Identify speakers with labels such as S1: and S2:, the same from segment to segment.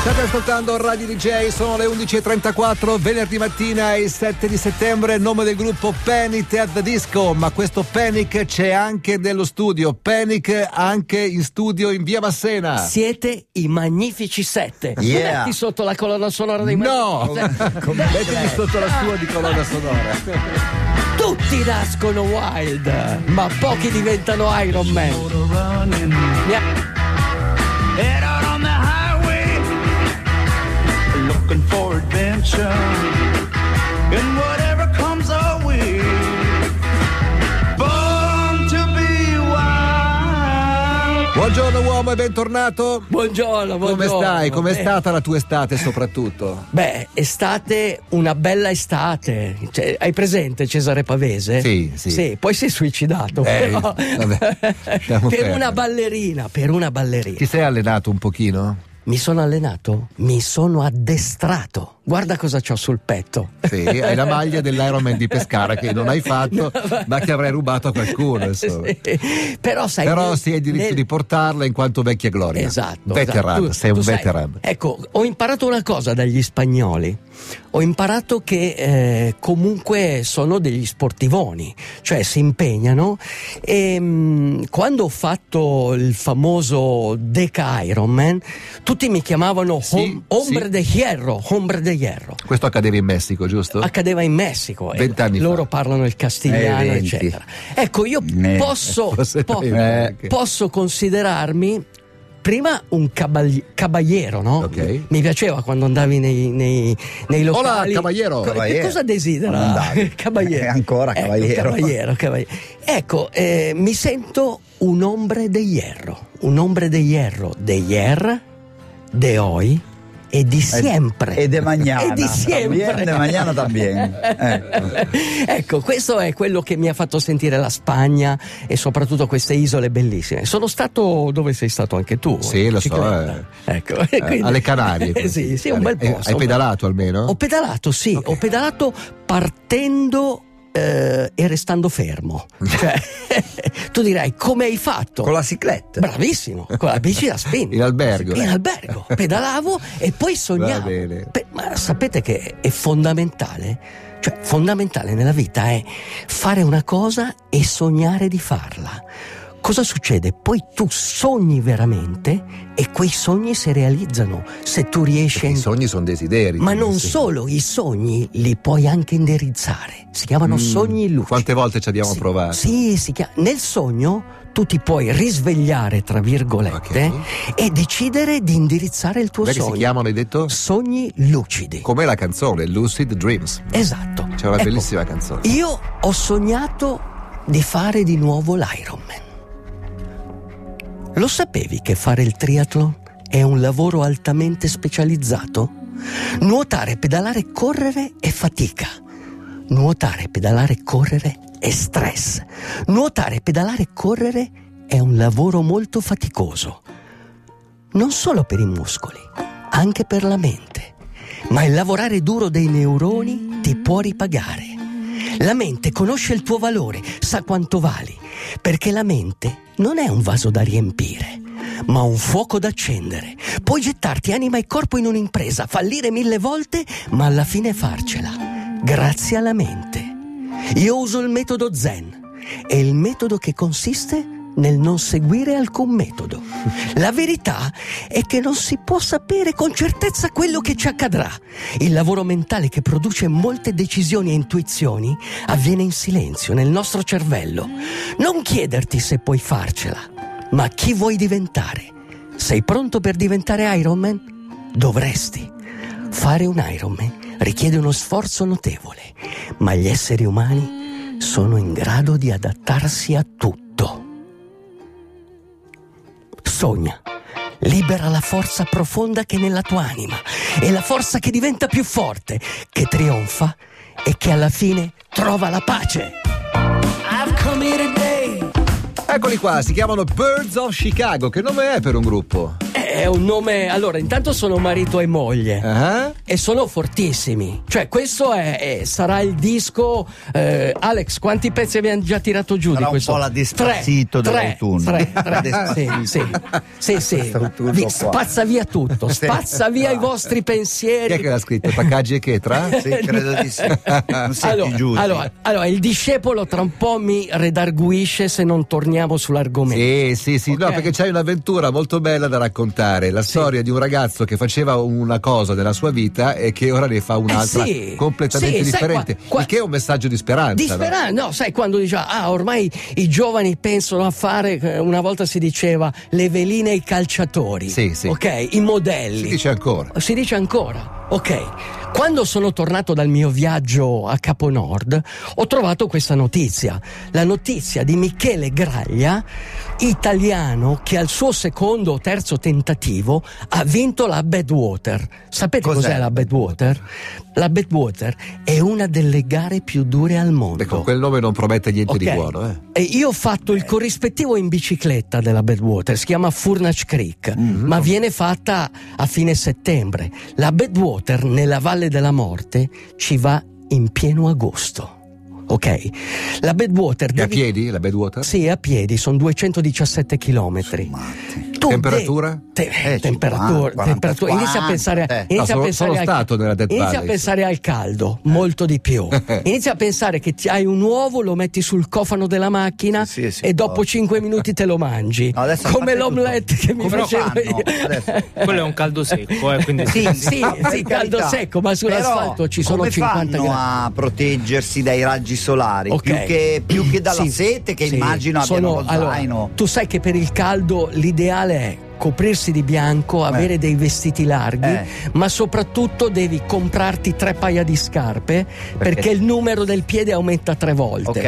S1: State ascoltando Radio DJ, sono le 11.34, venerdì mattina il 7 di settembre, nome del gruppo Panic at the Disco, ma questo Panic c'è anche nello studio, Panic anche in studio in via Bassena.
S2: Siete i magnifici sette.
S3: Yeah.
S2: Metti sotto la colonna sonora dei
S1: No!
S2: magnifici sette.
S1: Mettimi sotto la sua di colonna sonora.
S2: Tutti nascono wild, ma pochi diventano Iron Man. Mi ha-
S4: Head out on the highway, looking for adventure. And whatever comes our way, born to be wild.
S1: Buongiorno uomo e bentornato.
S2: Buongiorno,
S1: Come
S2: buongiorno.
S1: stai? Com'è
S2: Eh,
S1: stata la tua estate soprattutto?
S2: Beh, estate, una bella estate. Cioè, hai presente Cesare Pavese?
S1: Sì, sì.
S2: poi si è suicidato.
S1: Eh,
S2: però-
S1: vabbè, lasciamo
S2: per
S1: perdere.
S2: una ballerina, per una ballerina.
S1: Ti sei allenato un pochino?
S2: Mi sono allenato, mi sono addestrato. Guarda cosa ho sul petto.
S1: Sì, hai la maglia dell'Ironman di Pescara che non hai fatto, ma che avrai rubato a qualcuno, insomma.
S2: Sì. Però sai
S1: Però
S2: nel-
S1: si ha il diritto
S2: nel-
S1: di portarla in quanto vecchia gloria.
S2: Esatto.
S1: Veteran,
S2: esatto. Tu-
S1: sei
S2: tu
S1: un
S2: sai-
S1: veteran.
S2: Ecco, ho imparato una cosa dagli spagnoli. Ho imparato che eh, comunque sono degli sportivoni, cioè si impegnano. E mh, quando ho fatto il famoso Deca Ironman, tutti mi chiamavano
S1: Sì,
S2: hom- Hombre
S1: sì.
S2: de Hierro, Hombre de Hierro.
S1: Questo accadeva in Messico, giusto?
S2: Accadeva in Messico, e
S1: Vent'anni fa.
S2: loro parlano il castigliano,
S3: Eh, venti.
S2: eccetera. Ecco, io
S3: Ne-
S2: posso,
S1: forse
S2: po-
S1: venti anche.
S2: posso considerarmi prima un cabagli- caballero, no?
S1: Ok.
S2: Mi piaceva quando andavi nei, nei, nei
S1: Hola,
S2: locali.
S1: caballero.
S2: Co- Che
S3: Caballero.
S2: cosa desidera?
S3: Andavi. Eh, ancora
S2: Ecco,
S3: caballero.
S2: caballero, caballero. Ecco, eh, mi sento un ombre de hierro, un ombre de hierro, de hier, de hoy e di sempre.
S3: E de mañana.
S2: E di sempre. Eh.
S3: También de mañana también.
S1: Eh.
S3: Ecco.
S2: Ecco, questo è quello che mi ha fatto sentire la Spagna e soprattutto queste isole bellissime. Sono stato dove sei stato anche tu.
S1: Sì, lo so,
S2: Cicletta. Ecco,
S1: Eh,
S2: quindi-
S1: alle Canarie.
S2: Eh, sì, sì, un bel
S1: Eh,
S2: posto.
S1: Hai pedalato almeno?
S2: Ho pedalato, sì,
S1: Ok.
S2: ho pedalato partendo eh, e restando fermo. Cioè, tu dirai come hai fatto?
S3: Con la cicletta.
S2: Bravissimo, con la bici da spinta.
S1: In albergo.
S2: In albergo. Pedalavo e poi
S1: Va
S2: sognavo.
S1: bene.
S2: Pe- ma sapete che è fondamentale? Cioè, fondamentale nella vita è fare una cosa e sognare di farla. Cosa succede? Poi tu sogni veramente e quei sogni si realizzano se tu riesci
S1: Perché
S2: a
S1: I sogni sono desideri.
S2: ma non
S1: sì.
S2: solo, i sogni li puoi anche indirizzare. Si chiamano
S1: Mm,
S2: sogni lucidi.
S1: Quante volte ci abbiamo
S2: Sì,
S1: provato?
S2: Sì, si chia- nel sogno tu ti puoi risvegliare, tra virgolette,
S1: Ok.
S2: e decidere di indirizzare il tuo
S1: Com'è che si
S2: sogno.
S1: chiamano, hai detto?
S2: Sogni lucidi.
S1: Com'è la canzone? Lucid Dreams.
S2: esatto.
S1: C'è una
S2: Ecco,
S1: bellissima canzone.
S2: Io ho sognato di fare di nuovo l'Ironman. Lo sapevi che fare il triathlon è un lavoro altamente specializzato? Nuotare, pedalare, correre è fatica. Nuotare, pedalare, correre è stress. Nuotare, pedalare, correre è un lavoro molto faticoso. Non solo per i muscoli, anche per la mente. Ma il lavorare duro dei neuroni ti può ripagare. La mente conosce il tuo valore, sa quanto vali, perché la mente non è un vaso da riempire, ma un fuoco da accendere. Puoi gettarti anima e corpo in un'impresa, fallire mille volte, ma alla fine farcela, grazie alla mente. Io uso il metodo Zen, è il metodo che consiste nel non seguire alcun metodo. La verità è che non si può sapere con certezza quello che ci accadrà. Il lavoro mentale che produce molte decisioni e intuizioni avviene in silenzio nel nostro cervello. Non chiederti se puoi farcela, ma chi vuoi diventare? Sei pronto per diventare Iron Man? Dovresti. Fare un Ironman richiede uno sforzo notevole, ma gli esseri umani sono in grado di adattarsi a tutto. Sogna. Libera la forza profonda che è nella tua anima e la forza che diventa più forte, che trionfa e che alla fine trova la pace.
S4: I've come here today.
S1: Eccoli qua, si chiamano Birds of Chicago. Che nome è per un gruppo?
S2: Eh, è un nome. Allora, intanto sono marito e moglie.
S1: Ah?
S2: E sono fortissimi. Cioè, questo è, è- sarà il disco. eh, Alex, quanti pezzi abbiamo già tirato giù
S3: Sarà
S2: di
S3: un
S2: questo?
S3: po' la Despacito
S2: Tre,
S3: dell'autunno.
S2: Tre,
S3: La
S2: tre, sì,
S3: Despacito.
S2: sì, sì, sì.
S3: Quest'autunno
S2: Vi
S3: qua.
S2: spazza via tutto, spazza via i vostri
S1: Chi è che
S2: pensieri.
S1: l'ha scritto? Paccaggi e Chetra?
S3: Sì, credo di sì. Non siete
S2: Allora,
S3: giusti.
S2: allora, allora, il discepolo tra un po' mi redarguisce se non torniamo sull'argomento.
S1: Sì, sì, sì, no,
S2: Ok.
S1: perché c'hai un'avventura molto bella da raccontare. La storia di un ragazzo che faceva una cosa della sua vita e che ora ne fa un'altra
S2: Eh, sì.
S1: completamente
S2: Sì, sai,
S1: differente.
S2: qua- qua-
S1: Il che è un messaggio di speranza. no?
S2: Disperando, no? sai quando diceva, ah ormai i giovani pensano a fare, eh, una volta si diceva, le veline ai calciatori,
S1: Sì, sì.
S2: ok, i modelli.
S1: Si dice ancora.
S2: Si dice ancora, ok. Quando sono tornato dal mio viaggio a Capo Nord ho trovato questa notizia, la notizia di Michele Graglia, italiano che al suo secondo o terzo tentativo ha vinto la Badwater. Sapete cos'è,
S3: Cos'è
S2: la
S3: la
S2: Badwater? La Badwater è una delle gare più dure al mondo.
S1: Beh, con Ecco, quel nome non promette niente di
S2: Boh. Ok.
S1: buono, eh.
S2: E io ho fatto il corrispettivo in bicicletta della Badwater, si chiama Furnace Creek,
S1: Mhm.
S2: ma viene fatta a fine settembre. La Badwater nella Valle della Morte ci va in pieno agosto. Ok? La Badwater
S1: E a
S2: devi-
S1: piedi, la Badwater?
S2: Sì, a piedi, sono 217 chilometri.
S3: Matti.
S2: Tu
S1: Temperatura?
S2: de- te-
S3: Eh,
S2: temperatura,
S3: 50,
S2: temperatura. Inizia a
S3: 40,
S2: pensare,
S3: eh.
S2: inizia
S1: No,
S2: a
S1: sono-
S2: pensare
S1: sono
S2: al-
S1: stato nella Death
S2: inizia a
S1: Valley, sì.
S2: pensare al caldo, molto di più. inizia a pensare che ti- hai un uovo, lo metti sul cofano della macchina
S3: Sì, sì, sì,
S2: e dopo
S3: porca.
S2: 5 minuti te lo mangi.
S3: No, adesso
S2: Come
S3: fate
S2: l'omelette
S3: tutto.
S2: che mi
S3: Come lo
S2: facevo
S3: fanno?
S2: io.
S3: Adesso.
S5: Quello è un caldo secco, eh, quindi
S2: Sì, sì,
S3: Ah, per
S2: sì, caldo
S3: carità.
S2: secco, ma sull'asfalto
S3: Però,
S2: ci sono
S3: come
S2: 50
S3: fanno
S2: gradi.
S3: a proteggersi dai raggi solari
S2: Ok.
S3: più, che, più che dalla
S2: Sì,
S3: sete che
S2: sì.
S3: immagino abbiano
S2: Sono-
S3: lo
S2: allora,
S3: zaino
S2: tu sai che per il caldo l'ideale è coprirsi di bianco, avere dei vestiti larghi,
S3: Eh.
S2: ma soprattutto devi comprarti tre paia di scarpe perché,
S3: Perché-
S2: il numero del piede aumenta tre volte.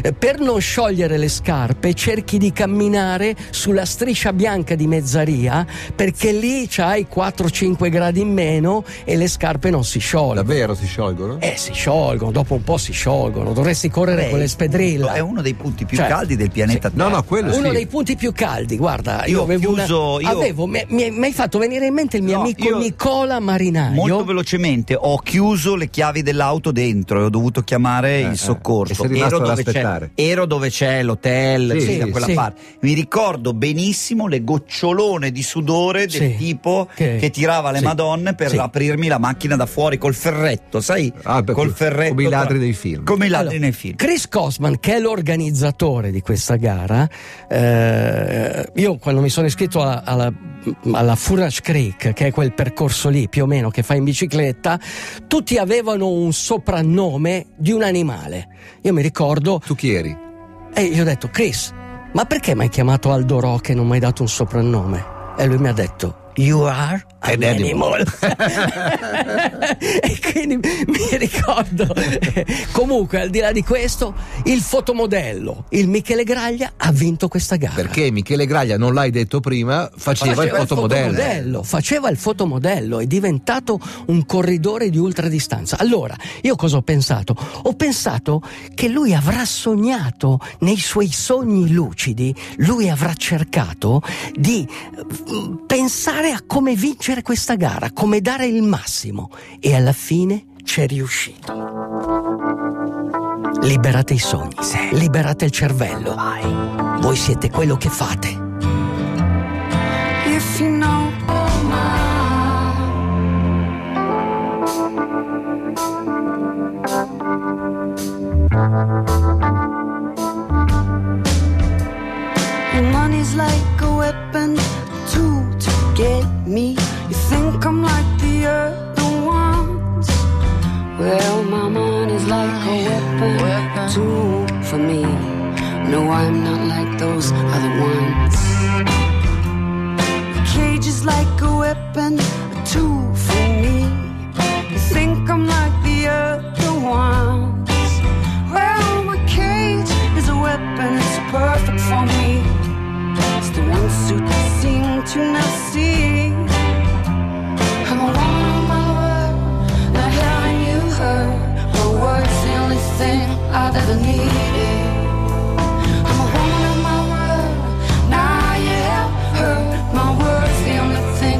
S3: ok
S2: Eh, Per non sciogliere le scarpe cerchi di camminare sulla striscia bianca di Mezzaria perché lì c'hai 4-5 gradi in meno e le scarpe non si sciolgono.
S1: Davvero si sciolgono?
S2: Eh, si sciolgono, dopo un po' si sciolgono, dovresti correre con le
S3: spedrille
S2: spedrille.
S3: Eh, è uno dei punti più
S2: Cioè,
S3: caldi del pianeta
S1: No, no, quello
S2: Uno
S1: sì.
S2: dei punti più caldi, guarda, io,
S3: Io ho
S2: avevo, una-
S3: chiuso- io-
S2: avevo- mi, mi- mi hai fatto venire in mente il mio
S3: No,
S2: amico
S3: io-
S2: Nicola
S1: Ah,
S2: Marinaio.
S3: Molto velocemente ho chiuso le chiavi dell'auto dentro e ho dovuto chiamare
S1: eh.
S3: il
S1: E
S3: soccorso.
S1: sei rimasto
S3: ero,
S1: ad
S3: dove c'è,
S1: aspettare.
S3: ero dove c'è l'hotel,
S1: Sì,
S3: sì, da
S1: sì,
S3: quella
S2: sì.
S3: parte. Mi ricordo benissimo le gocciolone di sudore del
S2: Sì.
S3: tipo
S2: Che-
S3: che, tirava le
S2: sì.
S3: madonne per
S2: Sì.
S3: aprirmi la macchina da fuori col ferretto, sai?
S1: Ah, beh,
S3: col
S1: come-
S3: ferretto.
S1: come i ladri
S3: tra-
S1: dei film.
S3: Come i ladri
S2: Allora,
S3: nei film.
S2: Chris Cosman, che è l'organizzatore di questa gara, eh, io quando mi sono iscritto alla, alla, alla Furnace Creek, che è quel percorso lì più o meno che fai in bicicletta, tutti avevano un soprannome di un animale. Io mi ricordo
S1: Tu chi eri?
S2: E gli ho detto, Chris, ma perché mi hai chiamato Aldo Rock e non mi hai dato un soprannome? E lui mi ha detto, You are
S1: An
S2: an
S1: animal."
S2: animal. e quindi mi ricordo. Comunque, al di là di questo, il fotomodello, il Michele Graglia, ha vinto questa gara.
S1: Perché Michele Graglia, non l'hai detto prima, faceva, il fotomodello.
S2: Faceva il fotomodello, è diventato un corridore di ultradistanza. Allora, io cosa ho pensato? Ho pensato che lui avrà sognato nei suoi sogni lucidi, lui avrà cercato di mm, pensare a come vincere questa gara, come dare il massimo e alla fine c'è riuscito. Liberate i sogni, liberate il cervello. Voi siete quello che fate.
S6: If you know Your money's like a weapon, a tool to get me. You think I'm like the other ones? Well, my money's like a weapon, a tool for me. No, I'm not like those other ones cage is like a weapon, a tool for me. You think I'm like the other ones? Well, my cage is a weapon, it's perfect for me. It's the one suit that seem to not see. I'm a woman of my word, not having you heard. My word's the only thing I've ever needed. I'm a woman of my word. Now you have heard my words, the only thing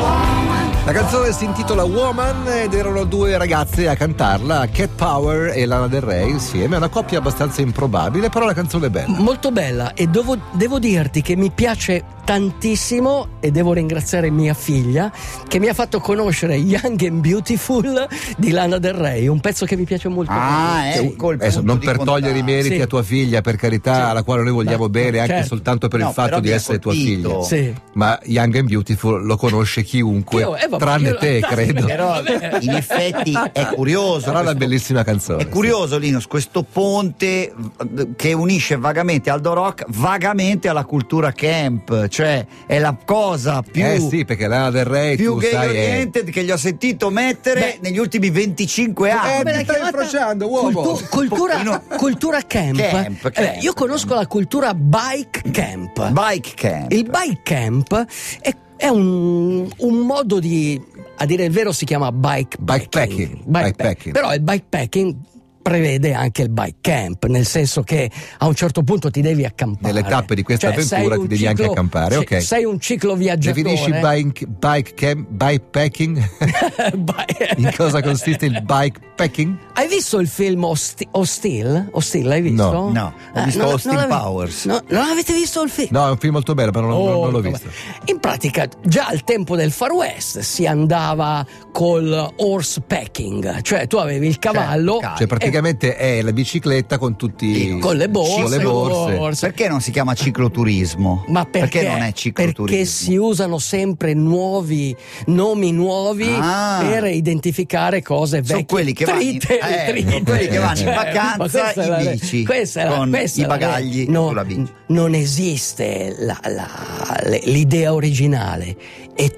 S1: Single si intitola Woman ed erano due ragazze a cantarla, Cat Power e Lana Del Rey insieme, una coppia abbastanza improbabile, però la canzone è bella.
S2: Molto bella e devo, devo dirti che mi piace tantissimo e devo ringraziare mia figlia che mi ha fatto conoscere Young and Beautiful di Lana Del Rey, un pezzo che mi piace molto.
S3: Ah, ecco il
S1: Adesso
S3: punto
S1: non
S3: di
S1: per
S3: contatto.
S1: togliere i meriti
S2: Sì.
S1: a tua figlia, per carità,
S2: Sì.
S1: alla quale noi vogliamo
S2: Beh,
S1: bene anche
S2: certo.
S1: soltanto per il
S3: No,
S1: fatto
S3: però
S1: di
S3: mi ha
S1: essere tua
S3: colpito.
S1: figlia.
S2: Sì.
S1: Ma Young and Beautiful lo conosce chiunque,
S2: Io- eh, vabbè,
S1: tranne
S2: io-
S1: te, credo.
S3: Però in effetti è curioso.
S1: Sarà una
S3: questo-
S1: bellissima canzone.
S3: È curioso, Linus, questo ponte v- che unisce vagamente Aldo Rock vagamente alla cultura camp, cioè è la cosa
S1: sì.
S3: più,
S1: Eh sì, perché Lana Del
S2: eh,
S1: Rey
S3: più
S1: tu
S3: gay
S1: sai eh. è...
S3: oriented che gli ho sentito mettere negli ultimi 25
S2: Eh,
S3: anni.
S1: Eh, mi stai frociando, uomo.
S2: Cultu- cultura,
S3: Pochino-
S2: cultura camp.
S3: Camp,
S2: Eh,
S3: camp.
S2: io conosco la cultura bike camp.
S3: Bike camp.
S2: Il bike camp è, è un, un modo di, a dire il vero, si chiama bike
S1: Bikepacking. Bikepacking.
S2: Però il bikepacking prevede anche il bike camp, nel senso che a un certo punto ti devi accampare.
S1: Nelle tappe di questa
S2: Cioè, sei
S1: avventura
S2: un
S1: ti devi anche
S2: ciclo-
S1: accampare,
S2: sì,
S1: ok.
S2: Sei un cicloviaggiatore.
S1: Definisci bike, bike cam- bikepacking?
S2: Bike-
S1: In cosa consiste il bikepacking?
S2: Hai visto il film Hosti- Hostil? Hostil, l'hai visto?
S1: No,
S3: no. Ho visto
S2: non-
S3: Austin
S2: non l'ave-
S3: Powers.
S2: no, non avete visto il film?
S1: No, è un film molto bello, però non, non-
S2: Oh,
S1: non l'ho
S2: vabbè.
S1: visto.
S2: In pratica, già al tempo del Far West si andava col horse packing, cioè tu avevi il cavallo
S3: Certo,
S1: Cioè, praticamente è la bicicletta con tutti
S2: e- con le borse,
S1: con le borse.
S2: borse.
S3: Perché non si chiama cicloturismo?
S2: Ma perché,
S3: non è cicloturismo?
S2: Perché si usano sempre nuovi nomi nuovi
S3: Ah.
S2: per identificare cose vecchie.
S3: Sono quelli che vanno in-
S2: Trite,
S3: eh,
S2: trite.
S3: sono quelli che vanno in
S2: Cioè,
S3: vacanza
S2: ma questa è la-
S3: in bici,
S2: questa è la-
S3: con
S2: questa
S3: i
S2: è la-
S3: bagagli
S2: no,
S3: sulla bici.
S2: Non esiste la- la- le- l'idea originale, è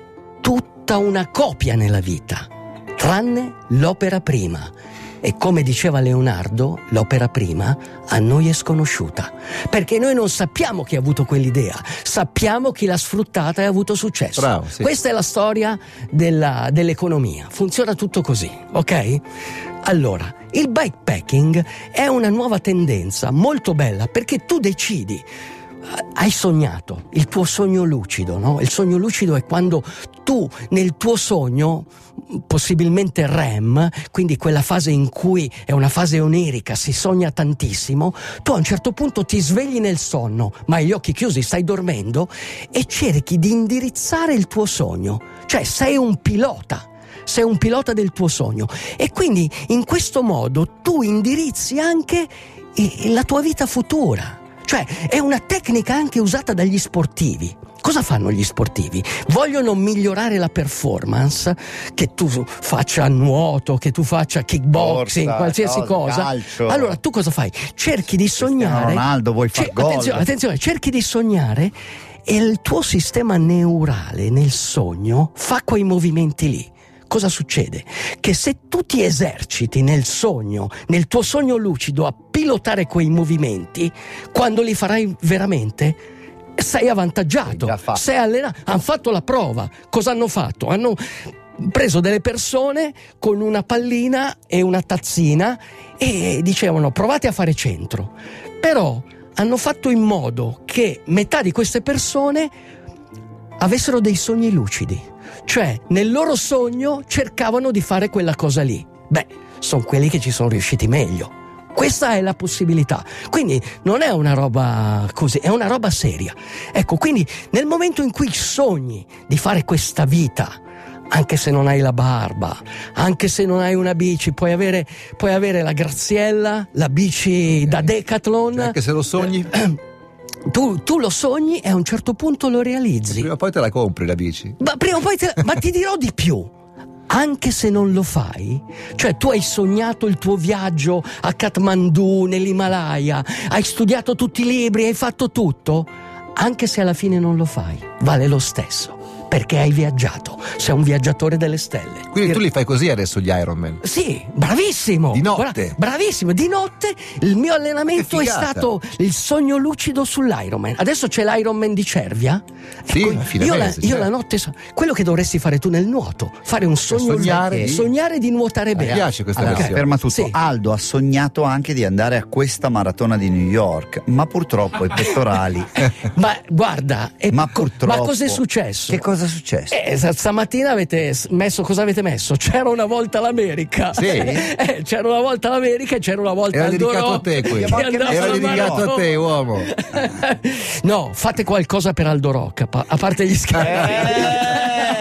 S2: tutta una copia nella vita, tranne l'opera prima. E come diceva Leonardo, l'opera prima a noi è sconosciuta, perché noi non sappiamo chi ha avuto quell'idea, sappiamo chi l'ha sfruttata e ha avuto successo.
S1: Bravo, sì.
S2: Questa è la storia della- dell'economia, funziona tutto così, ok? Allora, il bikepacking è una nuova tendenza molto bella perché tu decidi. eh, Hai sognato il tuo sogno lucido, no? Il sogno lucido è quando tu nel tuo sogno, possibilmente REM, quindi quella fase in cui è una fase onirica, si sogna tantissimo, tu a un certo punto ti svegli nel sonno, ma hai gli occhi chiusi, stai dormendo e cerchi di indirizzare il tuo sogno, cioè sei un pilota. Sei un pilota del tuo sogno e quindi in questo modo tu indirizzi anche i- la tua vita futura. Cioè è una tecnica anche usata dagli sportivi. Cosa fanno gli sportivi? Vogliono migliorare la performance, che tu faccia nuoto, che tu faccia kickboxing,
S3: Forza,
S2: qualsiasi
S3: cose,
S2: cosa.
S3: calcio.
S2: Allora tu cosa fai? Cerchi di sognare. Cioè,
S3: Ronaldo, vuoi far gol.
S2: Attenzione, attenzione, cerchi di sognare e il tuo sistema neurale nel sogno fa quei movimenti lì. Cosa succede? Che se tu ti eserciti nel sogno, nel tuo sogno lucido, a pilotare quei movimenti, quando li farai veramente, sei avvantaggiato.
S3: Già fatto.
S2: Sei allenato. Hanno fatto la prova. Cosa hanno fatto? Hanno preso delle persone con una pallina e una tazzina e dicevano provate a fare centro. Però hanno fatto in modo che metà di queste persone avessero dei sogni lucidi, cioè nel loro sogno cercavano di fare quella cosa lì. Beh, sono quelli che ci sono riusciti meglio. Questa è la possibilità. Quindi non è una roba così, è una roba seria. Ecco, quindi nel momento in cui sogni di fare questa vita, anche se non hai la barba, anche se non hai una bici, puoi avere, puoi avere la Graziella, la bici da Decathlon.
S1: Cioè, anche se lo sogni,
S2: Tu, tu lo sogni e a un certo punto lo realizzi.
S1: prima o poi te la compri la bici.
S2: Ma prima o poi te la- ma ti dirò di più. Anche se non lo fai, cioè tu hai sognato il tuo viaggio a Kathmandu, nell'Himalaya, hai studiato tutti i libri, hai fatto tutto, anche se alla fine non lo fai, vale lo stesso, perché hai viaggiato, sei un viaggiatore delle stelle.
S1: Quindi tu li fai così adesso gli Iron Man.
S2: Sì, bravissimo.
S1: Di notte.
S2: Bra- bravissimo, di notte il mio allenamento
S1: Che
S2: è
S1: figata.
S2: stato il sogno lucido sull'Ironman. Adesso c'è l'Ironman di Cervia. Ecco,
S1: Sì, a fine
S2: io, la,
S1: mese,
S2: io
S1: certo.
S2: la notte so- quello che dovresti fare tu nel nuoto, fare un sogno
S1: sognare di-
S2: sognare di nuotare
S1: Mi
S2: bene.
S1: piace questa
S2: Allora,
S1: versione.
S3: Ferma tutto. Ah.
S2: Sì.
S3: Aldo ha sognato anche di andare a questa maratona di New York, ma purtroppo i pettorali.
S2: Ma guarda, e
S3: ma
S2: co-
S3: purtroppo.
S2: ma cos'è successo?
S3: Che cosa cosa è successo?
S2: Eh, sa- stamattina avete s- messo cosa avete messo? C'era una volta l'America.
S1: Sì.
S2: Eh, c'era una volta l'America e c'era una volta
S1: Era
S2: il
S1: dedicato
S2: Dorò
S1: a te
S2: che
S1: questo.
S2: andava
S1: Era
S2: alla
S1: dedicato a te,
S2: maratona.
S1: uomo.
S2: No, fate qualcosa per Aldo Rock, a pa- a parte gli scherzi.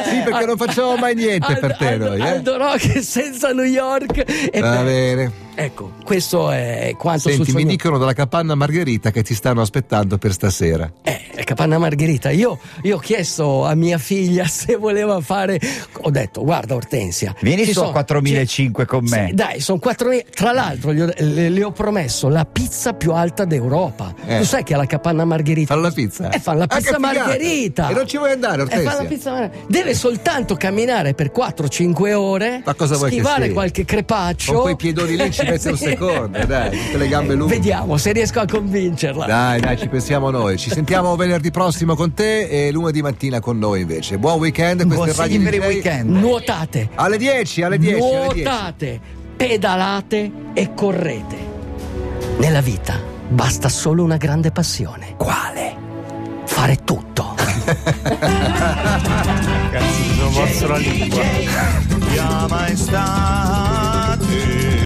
S1: Sì, perché non facciamo mai niente per te
S2: Aldo,
S1: noi. eh.
S2: Aldo Rock senza New York. E
S1: Va
S2: beh,
S1: bene.
S2: Ecco, questo è quanto
S1: Senti, mi
S2: succede.
S1: dicono dalla capanna Margherita che ti stanno aspettando per stasera.
S2: Eh, Capanna Margherita, io, io ho chiesto a mia figlia se voleva fare. Ho detto, guarda Ortensia.
S3: Vieni
S2: ci
S3: su a
S2: sono-
S3: 4.500 con
S2: Sì,
S3: me.
S2: dai, sono 4.000. Tra l'altro, gli ho- le, le ho promesso la pizza più alta d'Europa.
S1: Eh.
S2: Tu sai che alla Capanna Margherita.
S1: Fanno la pizza?
S2: Eh, fanno la
S1: Ah,
S2: pizza
S1: che figata!
S2: margherita.
S1: E non ci vuoi andare,
S2: Eh, fanno la
S1: Ortensia?
S2: pizza margherita. Deve soltanto camminare per 4-5 ore,
S1: Ma cosa vuoi che
S2: schivare
S1: sia?
S2: qualche crepaccio.
S1: Con quei piedoni lì ci mette un secondo, dai, tutte le gambe lunghe.
S2: Vediamo se riesco a convincerla.
S1: Dai, dai, ci pensiamo noi. Ci sentiamo venerdì prossimo con te e lunedì mattina con noi invece. Buon weekend, questo è Radio
S3: Consigli per il
S1: DJ.
S3: weekend.
S2: Nuotate,
S1: Alle 10, alle 10, alle 10.
S2: nuotate, pedalate e correte. Nella vita basta solo una grande passione. Quale? Fare tutto.
S4: Cazzo, sono morso la lingua.
S3: Chiama in sta